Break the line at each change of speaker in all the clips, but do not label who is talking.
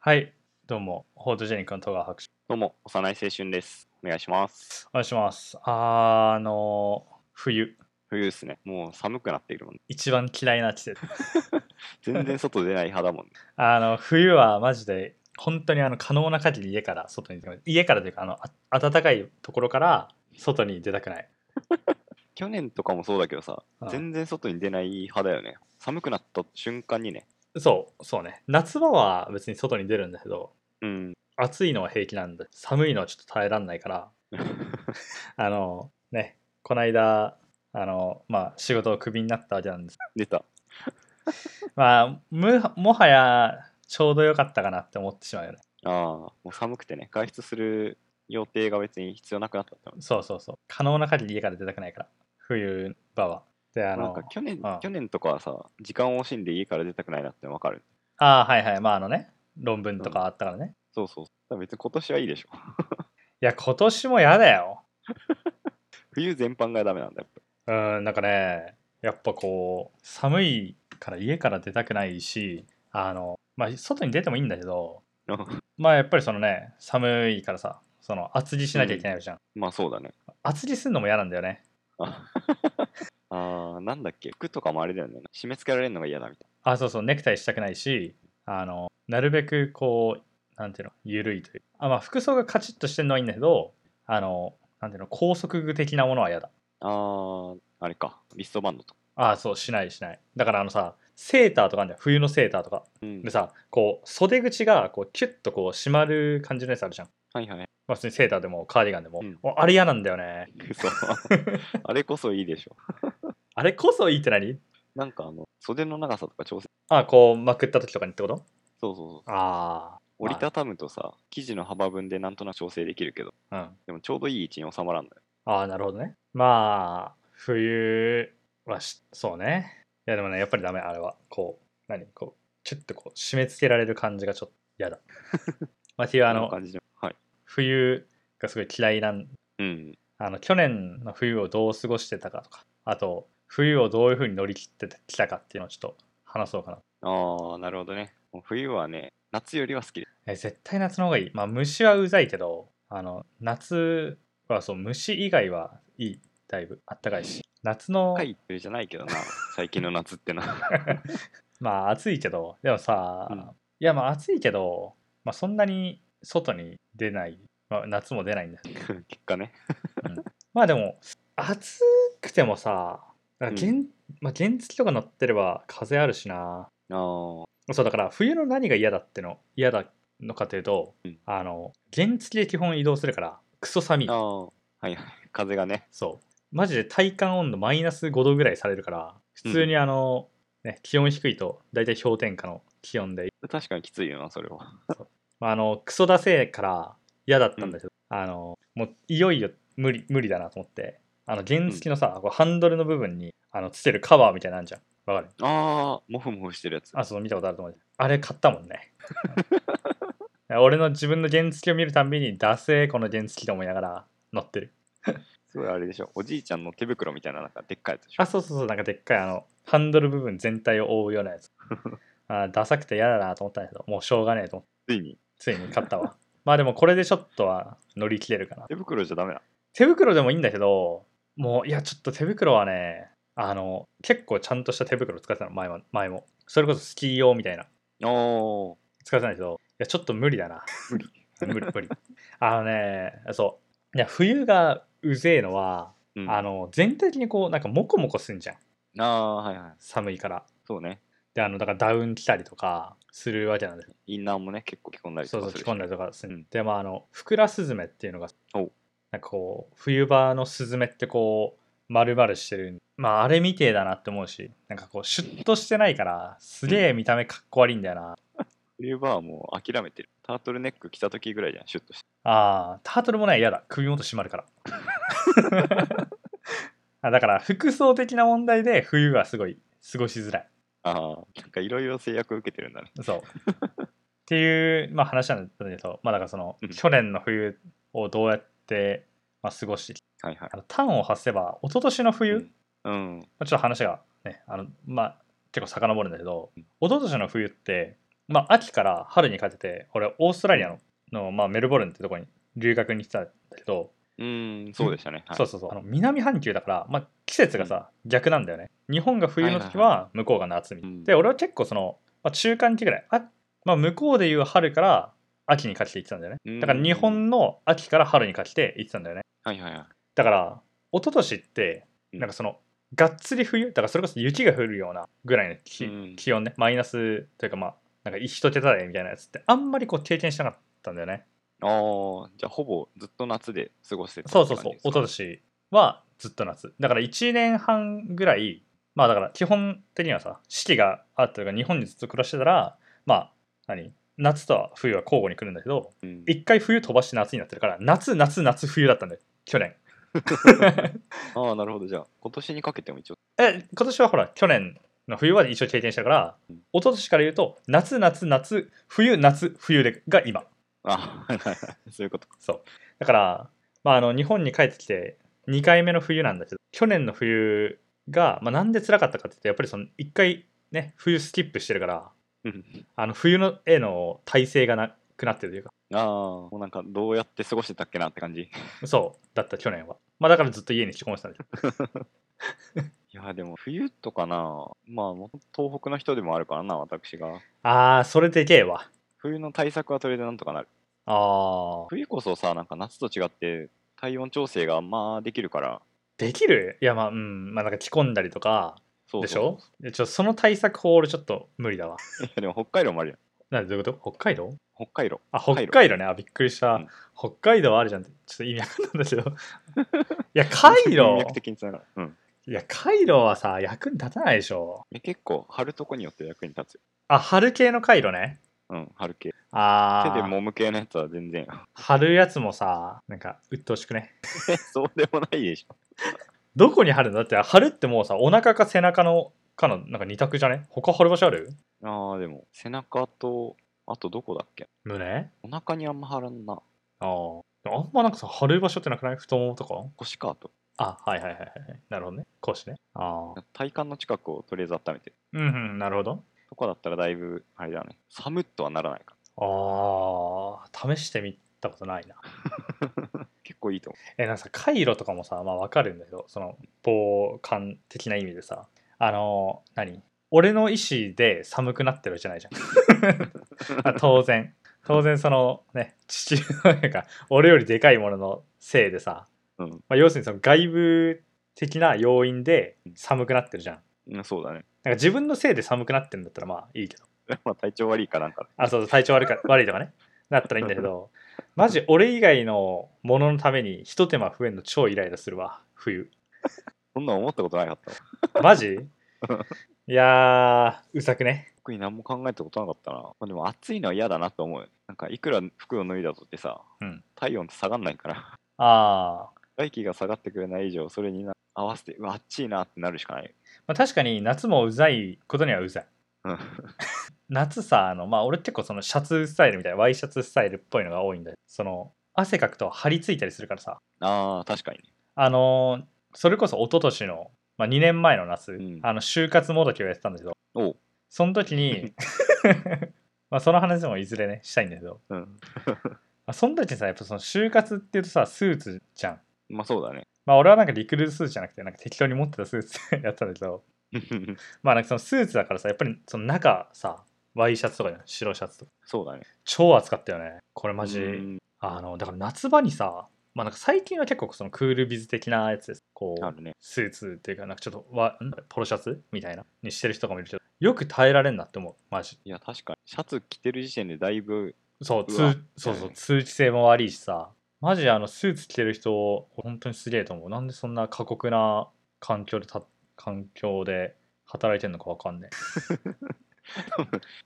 はい、どうも、フォートジェニックの戸川博士。
どうも、幼い青春です。お願いします。
お願いします。あー、あのー冬、
冬ですね。もう寒くなっているもん、ね。
一番嫌いな季節。
全然外出ない派だも んね。
あの、冬はマジで、本当にあの、可能な限り家から外に出たくない。家からというか、あの、あ暖かいところから外に出たくない。
去年とかもそうだけどさ、
うん
全然外に出ない派だよね。寒くなった瞬間にね。
そう、そうね。夏場は別に外に出るんだけど、
うん。
暑いのは平気なんで、寒いのはちょっと耐えらんないから、あの、ね、こないだ、あの、まあ、仕事をクビになったわけなんです
出た。
まあむもはやちょうどよかったかなって思ってしまうよね
ああ、もう寒くてね、外出する予定が別に必要なくなったってこと
そうそうそう可能な限り家から出たくないから冬場はであ
なん
の
か去年
ああ
去年とかはさ、時間を惜しんで家から出たくないなってわかる。
ああはいはいまああのね論文とかあったからね、い
そうそう。だから別に今年はいいでしょ。
や今年もやだよ
冬全般がダメなんだよ。
うんなんかねやっぱこう寒いから家から出たくないしあのまあ外に出てもいいんだけど
やっぱり
まあやっぱりそのね寒いからさその厚着しなきゃいけないじゃん、
まあそうだね。
厚着するのも嫌なんだよね
ああ、なんだっけ。服とかもあれだよね。締め付けられるのが嫌だみたいな。
あ、そうそう、ネクタイしたくないし、あの、なるべくこう、なんていうの、ゆるいという。あ、まあ、服装がカチッとしてるのはいいんだけど、あの、なんていうの、拘束具的なものは嫌だ。
あー、あれか、リストバンドとか。
あ、そう、しないしない。だからあのさ、セーターとかあんじゃん、冬のセーターとか。
うん
でさ、こう、袖口がこうキュッとこう締まる感じのやつあるじゃん。
はいはい。
まあ、普通にセーターでもカーディガンでも。
うん
おあれ嫌なんだよね。
そう。あれこそいいでしょ。
あれこそいいって何
なんかあの、袖の長さとか調整。
あ、こう、まくった時とかにってこと
そうそうそう。
あ
折りたたむとさ、生地の幅分でなんとなく調整できるけど、
あ、うん。
でもちょうどいい位置に収まらんのよ。
ああ、なるほどね。まあ、冬はし、そうね。いや、でもね、やっぱりダメ、あれは。こう、何こう、ちょっとこう、締め付けられる感じがちょっと嫌 だ。まあ、っていう、あ
こんな
の、
感じの。はい。
冬がすごい嫌いなん、
うん。
あの、去年の冬をどう過ごしてたかとか、あと、冬をどういうふうに乗り切ってきたかっていうのをちょっと話そうかな。
あー、なるほどね。もう冬はね、夏よりは好きです。
え絶対夏の方がいい。まあ、虫はうざいけど、あの、夏はそう、虫以外はいい。だいぶ、あったかいし。夏の、
高いっていうじゃないけどな、最近の夏ってな。
まあ暑いけどでもさ、
うん
いやまあ暑いけど、まあ、そんなに外に出ない、まあ、夏も出ないんだけど
結果ね。
まあでも暑くてもさなんか原,、
う
まあ、原付とか乗ってれば風あるしな
あー、
そうだから冬の何が嫌だっての嫌だのかというと、
うん
あの原付で基本移動するからクソ寒い
あー、はいはい。風がね。
そうマジで体感温度マイナス5度ぐらいされるから普通にあの、ね、気温低いと大体氷点下の気温で
確かにきついよな、それは。
まあ、あのクソだせえから嫌だったんだけど、あのもういよいよ無理無理だなと思ってあの原付のさ、こうハンドルの部分にあのつけるカバーみたいなのあんじゃんわかる
あー、もふもふしてるやつ。
あそう見たことあると思うあれ買ったもんね俺の自分の原付を見るたんびにダセえこの原付と思いながら乗ってる
すごいあれでしょ、おじいちゃんの手袋みたいな、なんかでっかいやつでしょ
あ。そうそうそうなんかでっかいあのハンドル部分全体を覆うようなやつあーダサくて嫌だなと思ったんだけどもうしょうがねえと思って
ついに、
ついに買ったわまあでもこれでちょっとは乗り切れるかな
手袋じゃダメだ。
手袋でもいいんだけどもういやちょっと手袋はねあの結構ちゃんとした手袋使ってたの前も前もそれこそスキー用みたいな
おー、
使ってたんだけどいやちょっと無理だな
無理。
無理無理あのねそういや冬がうぜえのは、
うん、
あ
あ
の全体的にこうなんかモコモコすんじゃん
あー、はいはい。
寒いから
そうね。
であのだからダウン着たりとかするわけなんですよ
インナーもね、結構着込んだり
そ
と
うそ
か
う
す
着
るし。
込んだりとかする、
うん
でまああのふくらすずめっていうのが
お
なんかこう冬場のスズメってこう丸々してるまああれみてえだなって思うしなんかこうシュッとしてないからすげえ見た目かっこ悪いんだよな、
冬場はもう諦めてる。タートルネック着た時ぐらいじゃん、シュッとして。
あータートルもね嫌だ首元締まる から あだから服装的な問題で冬はすごい過ごしづらい
ああ、なんかいろいろ制約を受けてるんだね。
そうっていう、まあ、話なんだけどまあだからその
うん
去年の冬をどうやって、まあ、過ごして
はいはい
あ。の端を発せば一昨年の冬、
う
ま
んうん。
あちょっと話がねあの、まあ、結構遡るんだけど
うん
一昨年の冬ってまあ、秋から春にかけて、俺、オーストラリアの、のまあ、メルボルンってとこに留学に来たんだけど、
うん、そうでしたね。はい、
そうそうそう、あの南半球だから、まあ、季節がさ、逆なんだよね。日本が冬の時
はいは
は、向こうが夏みたいな。
うん
で、俺は結構その、まあ、中間期ぐらい、あまあ、向こうでいう春から秋にかけて行ってたんだよね。だから、日本の秋から春にかけて行ってたんだよね。
はいはいはい。
だから一昨年って
うん
なんかその、がっつり冬だからそれこそ雪が降るようなぐらいのき、
うん
気温ねマイナスというかまあなんか一桁台みたいなやつってあんまりこう経験しなかったんだよね
ああ、じゃあほぼずっと夏で過ごしてた
そうそうそう一昨
音
年はずっと夏だから1年半ぐらいまあだから基本的にはさ四季があったというか日本にずっと暮らしてたらまあ何夏と冬は交互に来るんだけど
うん、
一回冬飛ばして夏になってるから夏夏夏冬だったんだよ去年
ああ、なるほど。じゃあ今年にかけても一応。
え今年はほら去年の冬は一応経験したから
うん
一昨年から言うと夏夏夏冬夏冬でが今
ああ、そういうこと。
そうだから、まあ、あの日本に帰ってきて2回目の冬なんだけど去年の冬が、まあ、なんで辛かったかって言ってやっぱりその1回ね冬スキップしてるから
うん
あの冬の絵の耐性がなくなってるというか
ああ、もうなんかどうやって過ごしてたっけなって感じ。い
そうだった去年はまあだからずっと家に引きこもってたんだけど
や、でも冬とかな、まあもう東北の人でもあるからな、私が。
あーそれでけえわ
冬の対策はとりあえずなんとかなる。
あー
冬こそさ、なんか夏と違って体温調整があんまできるから。
できるいやまあうんまあなんか着込んだりとか
そうそう
でしょでちょその対策法俺ちょっと無理だわ。
い やでも北海道もあるやん。
なんでどういうこと北海道
北海道。
あ
北
北
海道
海道ねあびっくりした、
うん
北海道はあるじゃんってちょっと意味わかんないんだ けどいやカイロ
文脈的につながる。うん。
いやカイロはさ役に立たないでしょ
え結構、貼るとこによって役に立つよ。
あ春系のカイロね
うん、貼る系。手
あ
で
あ
揉む系のやつは全然。
貼るやつもさなんか鬱陶しくね
そうでもないでしょ。
どこに貼るのだって貼るってもうさお腹か背中のかのなんか二択じゃね他貼る場所ある
ああ、でも、背中と、あとどこだっけ
胸
お腹にあんま貼らんな。
あーあんまなんかさ貼る場所ってなくない太ももとか
腰かと。
あはいはいはいはいなるほどね腰ねああ
体幹の近くをとりあえず温めて。
うんうんなるほど
とかだったらだいぶ、あれだね。寒っとはならないか。
あー試してみたことないな
結構いいと思
えなんかさカイロとかもさまあわかるんだけどその防寒的な意味でさあの何俺の意思で寒くなってるじゃないじ ゃんあ当然当然そのね父親が俺よりでかいもののせいでさ、
うん
まあ、要するにその外部的な要因で寒くなってるじゃん
う。うん、そうだね。
なんか自分のせいで寒くなってるんだったらまあいいけど
まあ、体調悪いかなんか。
あ、そうそう、体調悪いか悪いとかね。なったらいいんだけど、マジ俺以外のもののために一手間増えるの超イライラするわ、冬。
そんなん思ったことなかったわ。
マジいやー、うさくね。
特に何も考えたことなかったな。まあ、でも暑いのは嫌だなと思うよ。なんか、いくら服を脱いだとってさ、
うん
体温って下がんないから。
あー、
外気が下がってくれない以上、それにな合わせて、うわ、あっちいなってなるしかない。
まあ、確かに夏もうざいことにはうざい。
うん
夏さ、あの、まあ俺結構そのシャツスタイルみたいな、ワイシャツスタイルっぽいのが多いんだよ。その、汗かくと張り付いたりするからさ、
ああ、確かにね。
あのーそれこそ一昨年の、まあ、2年前の夏、
ん
あの就活もどきをやってたんだけど
おう
その時 にまあその話もいずれねしたいんだけど、
うん。
まあ、その時にさやっぱその就活っていうとさスーツじゃん
まあ、そうだね。
まあ俺はなんかリクルートスーツじゃなくてなんか適当に持ってたスーツ やってたんだけどまあなんかそのスーツだからさやっぱりその中さワイシャツとかじゃん白シャツとか
そうだね。
超暑かったよねこれマジ、
うん
あのだから夏場にさまあなんか最近は結構そのクールビズ的なやつですこう
あるね。
スーツっていうか、なんかちょっとわんポロシャツみたいなにしてる人とかもいるけど、よく耐えられんなって思う、マジ。
いや、確かに。シャツ着てる時点でだいぶ、
そう、
うわ
通そうそう通知性も悪いしさ、マジあのスーツ着てる人、本当にすげえと思う。なんでそんな過酷な環境でた、環境で働いてんのかわかんねえ。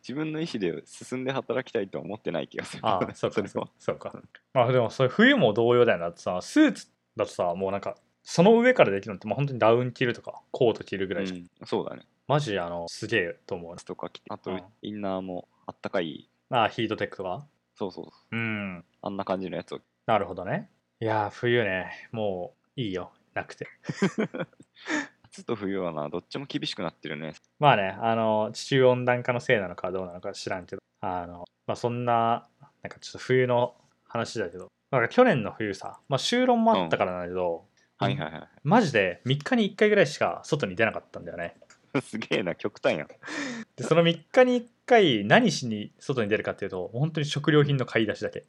自分の意思で進んで働きたいとは思ってない気がする。
ああ、そう
そ
か
れは。、
そうか。まあでも、それ冬も同様だよな。だってさ、スーツだとさ、もうなんか、その上からできるのって、まあ、本当にダウン着るとか、コート着るぐらいじゃん。
うんそうだね。
マジ、あの、すげえと思う
パ。スとか着て、あと
うん、
インナーもあったかい、
ああ、ヒートテックとか。
そうそうそう、
うん。
あんな感じのやつを。
なるほどね。いやー、冬ね、もういいよ、なくて。
夏と冬はな、どっちも厳しくなってるね。
まあね、あの、地中温暖化のせいなのかどうなのか知らんけど、あの、まあ、そんな、なんかちょっと冬の話だけど、なんか去年の冬さ、まあ、修論もあったからなんだけど、
はいはいは
マジで3日に1回ぐらいしか外に出なかったんだよね。
い。 すげえな、極端やん。
で、その3日に1回何しに外に出るかっていうと、本当に食料品の買い出しだけ。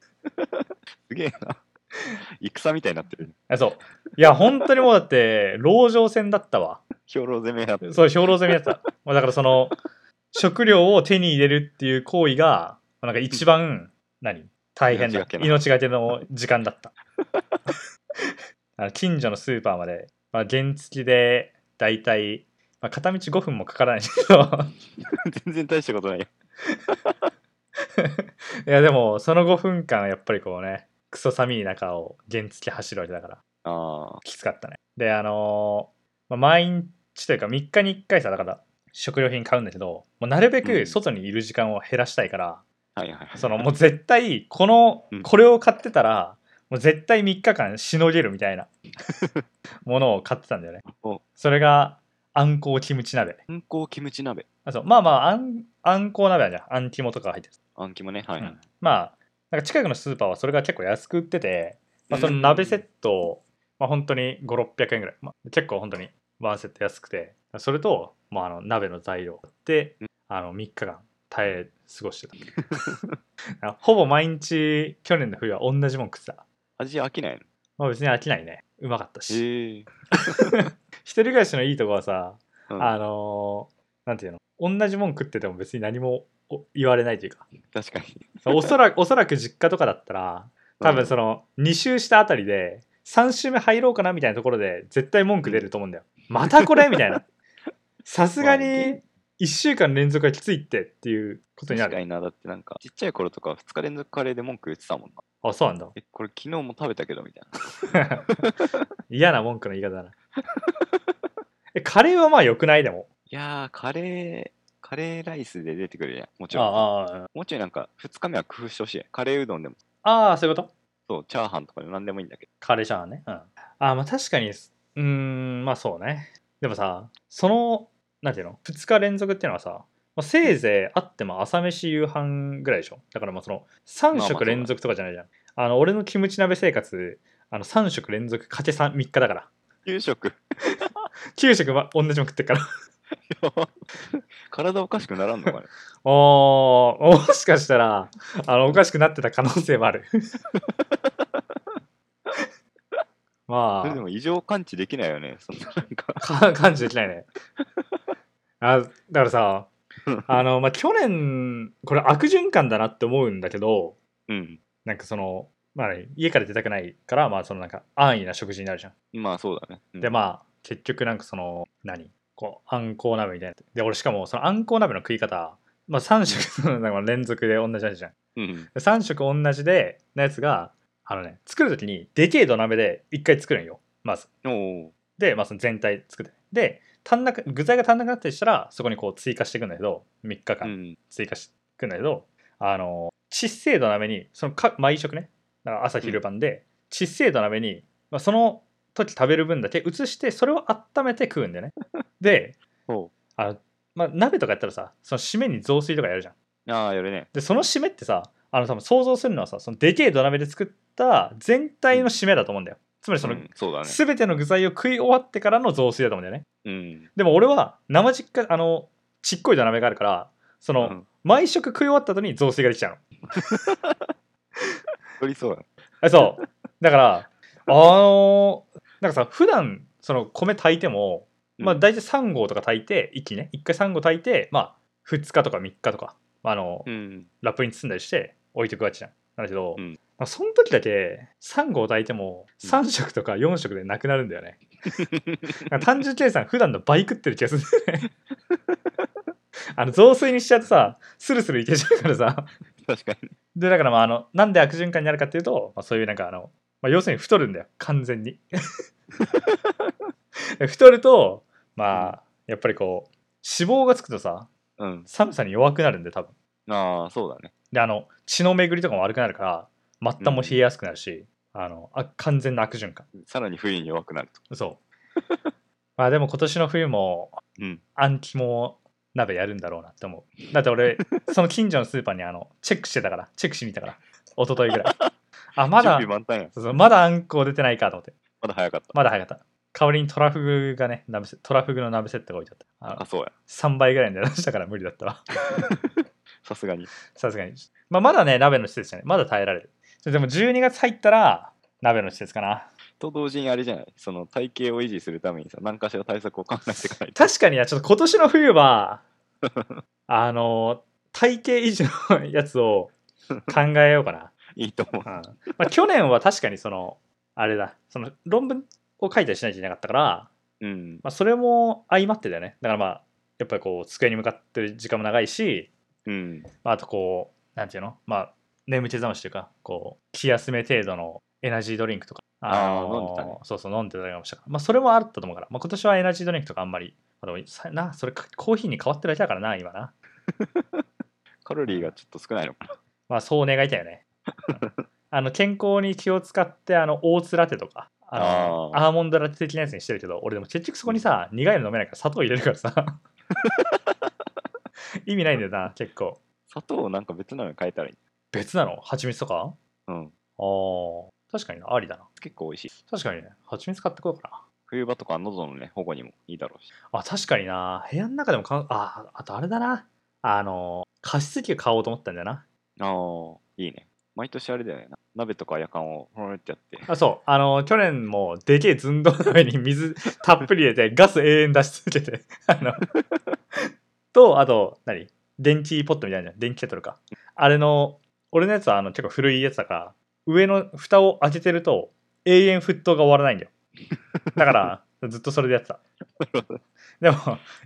すげえな。 戦みたいになってる。
あそう。いや、本当にもうだって、籠城戦だったわ。
兵糧攻めやっ て。
そう、兵糧攻めだった。まあだからその、食料を手に入れるっていう行為が、まあなんか一番、何大変
命
な
がけ、な
命がけの時間だった。 あの近所のスーパーまで、まあ、原付きで、だいたい、まあ、片道5分もかからないけど、
全然大したことないよ。
いやでも、その5分間、やっぱりこうね、クソ寒い中を原付き走るわけだから。
あ
きつかったねであのーまあ、毎日というか3日に1回さだから食料品買うんだけどもうなるべ
う
く
ん
外にいる時間を減らしたいから、
あ。はいはいはい。
そのもう絶対この
うん
これを買ってたらもう絶対3日間しのげるみた いなものを買ってたんだよね
お
それがあんこうキムチ鍋
うんこキムチ鍋。
あそうまあまああんあんこう鍋はじゃんあん肝とか入ってる
あんきもね。はいは
う
い
ん。まあなんか近くのスーパーはそれが結構安く売ってて、まあ、その鍋セットを、まあ、本当に5600円ぐらい、まあ、結構本当にワンセット安くてそれと、まあ、あの鍋の材料で
うん
あの3日間耐え過ごしてた あほぼ毎日去年の冬は同じもん食ってた、
味飽きないの
まあ、別に飽きないねうまかったし
へえ。
一人暮らしのいいとこはさ、
うん
あのーなんていうの同じもん食ってても別に何もお言われないというか
確かに。
おそらくおそらく実家とかだったら多分その2周したあたりで3周目入ろうかなみたいなところで絶対文句出ると思うんだよ。またこれみたい な。さすがに1週間連続がきついってっていうことにな
確か
る。
にな。だってなんか、ちっちゃい頃とか2日連続カレーで文句言ってたもんな。
あそうなんだ。
え、これ昨日も食べたけどみたいな。
嫌な文句の言い方だな。えカレーはまあ良くないでも。
いやー、カレー、カレーライスで出てくるやん。もち
あ
ろん。
ああ
もうちょいなんか、2日目は工夫してほしい。カレーうどんでも、
ああそういうこと
そう、チャーハンとかでも何でもいいんだけ
カレーチャーハンね。うん。ああまあ確かにうーんまあそうね。でもさそのなんていうの2日連続っていうのはさ、まあ、せいぜいあっても朝飯夕飯ぐらいでしょだからまあその3
まあまあそう
食
だ
連続とかじゃないじゃん。あの俺のキムチ鍋生活あの3食連続かけ 3, 日だから
ど。夕食
9食は同じもん食ってっからあ
体おかしくならんのかね。
ーもしかしたらあのおかしくなってた可能性もあるまあ
それでも異常感知できないよね。そんななんか。
か感じできない ね。あだからさ
うん、
あの、まあ、去年、これ悪循環だなって思うんだけど、
うん。
なんかその、まあ、家から出たくないから、まあ、そのなんか安易な食事になるじゃん。
まあそうだね。うん
で、まあ、結局なんかその、何こう、あんこう鍋みたいな。で、俺しかも、そのあんこう鍋の食い方、まあ、3食 なんか連続で同じ味じゃん。
うん。
で3食同じで、のやつが、あのね、作るときに、でけえ土鍋で1回作るんよ、まず。
おー
で、まあ、その全体作ってで足んなく具材が足んなくなったりしたらそこにこう追加していくんだけど3日
う
間
ん。
追加していくんだけど、あのちっせえ土鍋にそのか毎食ねだから朝
ん
昼晩で、ちっせえ土鍋に、まあ、その時食べる分だけ移してそれを温めて食うんだよ ねで
おう
あの、まあ、鍋とかやったらさその締めに雑炊とかやるじゃん
ああ、やるね。
でその締めってさあの多分想像するのはさそのでけえ土鍋で作った全体の締めだと思うんだよ、つまりその、
うんそうだね。
全ての具材を食い終わってからの雑炊だと思うんだよね
うん。
でも俺は生実家あのちっこい土鍋があるからその、
うん
毎食食い終わった後に雑炊ができちゃうの
取りそうだね。
あそうだ からあのーなんかさ普段その米炊いても、まあ、
うん
大体3合とか炊いて一気にね1回3合炊いてまあ2日とか3日とかあの、
うん。
ラップに包んだりして置いてくわけじゃんなんだけど、
うん
まあ、その時だけ3合炊いても
うん
3食とか4食でなくなるんだよね、なんか単純計算普段の倍食ってる気がするん だよねあの雑炊にしちゃうとさスルスルいけちゃうからさ
確かに。
でだからまああのなんで悪循環になるかっていうと、まあ、そういうなんかあの、まあ、要するに太るんだよ完全 に太るとまあやっぱりこう脂肪がつくとさ
うん。
寒さに弱くなるんで多分
ああ、そうだね。
であの血の巡りとかも悪くなるから末端も冷えやすくなるし、あのあ完全な悪循環
さらに冬に弱くなる と。
そうまあでも今年の冬も
うん。
暗記も鍋やるんだろうなって思うだって 俺その近所のスーパーにあのチェックしてたからチェックしてみたから一昨日ぐら いあまだ
準備万端や。
そうそうまだあんこ出てないかと思って
まだ早かった。
まだ早かった代わりにトラフグがね鍋セトラフグの鍋セットが置いてあったあ
あ、そうや。
3倍ぐらいの値段したから無理だったわ
さすがに。
さすがに。まあ、まだね、鍋の施設じゃない。まだ耐えられる。ちょでも、12月入ったら、鍋の施設かな。
と同時にあれじゃないその体型を維持するためにさ、何かしら対策を考えていかないと。
確かにな、ちょっと今年の冬は、あの、体型維持のやつを考えようかな。
いいと思う
う。んまあ、去年は確かにその、あれだ、その論文を書いたりしないといけなかったから、
うん。
まあ、それも相まってだよね。だからまあ、やっぱりこう、机に向かってる時間も長いし、
うん。
まあ、あとこう、なんていうのまあ、眠気覚ましというか、こう、気休め程度のエナジードリンクとか、
あー
の
飲んでたね
そうそう、飲んでたりもしたから、まあ、それもあったと思うから、まあ、今年はエナジードリンクとかあんまり、まあ、でもさな、それかコーヒーに変わってるだけだからな、今な。
カロリーがちょっと少ないのかな。
まあ、そう願いたいよ ね。あの、健康に気を使って、あの、オーツラテとか、あの
あー
アーモンドラテ的なやつにしてるけど、俺でも結局そこにさ、苦いの飲めないから砂糖入れるから さ。意味ないんだよな、結構。
砂糖をなんか別なのに変えたらいい。
別なの蜂蜜とか
う
あ
ん。
あ、確かにな、ありだな。
結構美味しい。
確かにね、蜂蜜買ってこようか
冬場とか喉のね、保護にもいいだろうし。
な。あ、確かにな、部屋の中でもかん、あ、あとあれだな。あの、加湿器買おうと思ったんだよな。
ああ、いいね。毎年あれだよね。鍋とか夜間をほろってやって。
あ、そう、あの、去年もでけえ寸胴の上に水たっぷり入れて、ガス永遠出し続けて、 あの、と、あと、何電気ポットみたいなのあるじゃん電気ケトルか。あれの、俺のやつはあの結構古いやつだから、上の蓋を開けてると、永遠沸騰が終わらないんだよ。だから、ずっとそれでやってた。でも、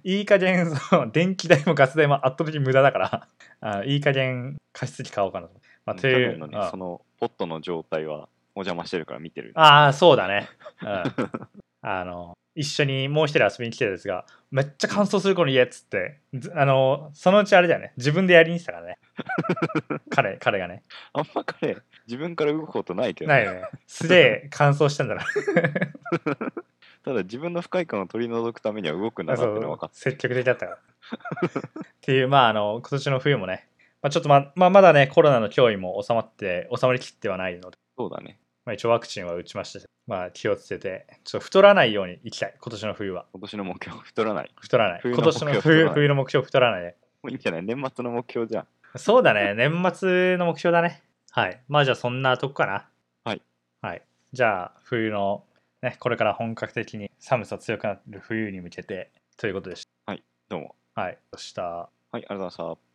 いい加減、その、電気代もガス代も圧倒的に無駄だから、あいい加減、加湿器買おうかなと。まあ、
うん
てい
去
う
年のね
うん
そのポットの状態はお邪魔してるから見てる。
ああ、そうだね。 うん。あの、一緒にもう一人遊びに来てたんですが、めっちゃ乾燥するこの家っつって、ずあの、そのうちあれだよね、自分でやりにしてたから ね。彼、彼がね。
あんま彼、自分から動くことないけど、
ないよね。素で乾燥したんだな。
ただ自分の不快感を取り除くためには動くんだ な
そ
ってのは分か
う
っ、
積極的だったから。っていう、まあ、あの、今年の冬もね、まあ、ちょっとま、まあ、まだね、コロナの脅威も収まって、収まりきってはないので、
そうだね。
まあ、一応ワクチンは打ちましたしまあ、気をつけて、ちょっと太らないようにいきたい、今年の冬は。
今年の目標、太らない。
太らない。
冬
今
の目
年
標
の
太ら
冬
ない
冬の目標太らないで。
もういいんじゃない年末の目標じゃん。
そうだね。年末の目標だね。はい。まあじゃあそんなとこかな。
はい。
はい。じゃあ冬の、ね、これから本格的に寒さ強くなる冬に向けてということでし
どうも。
た。はい。そした。
はい、ありがとうございました。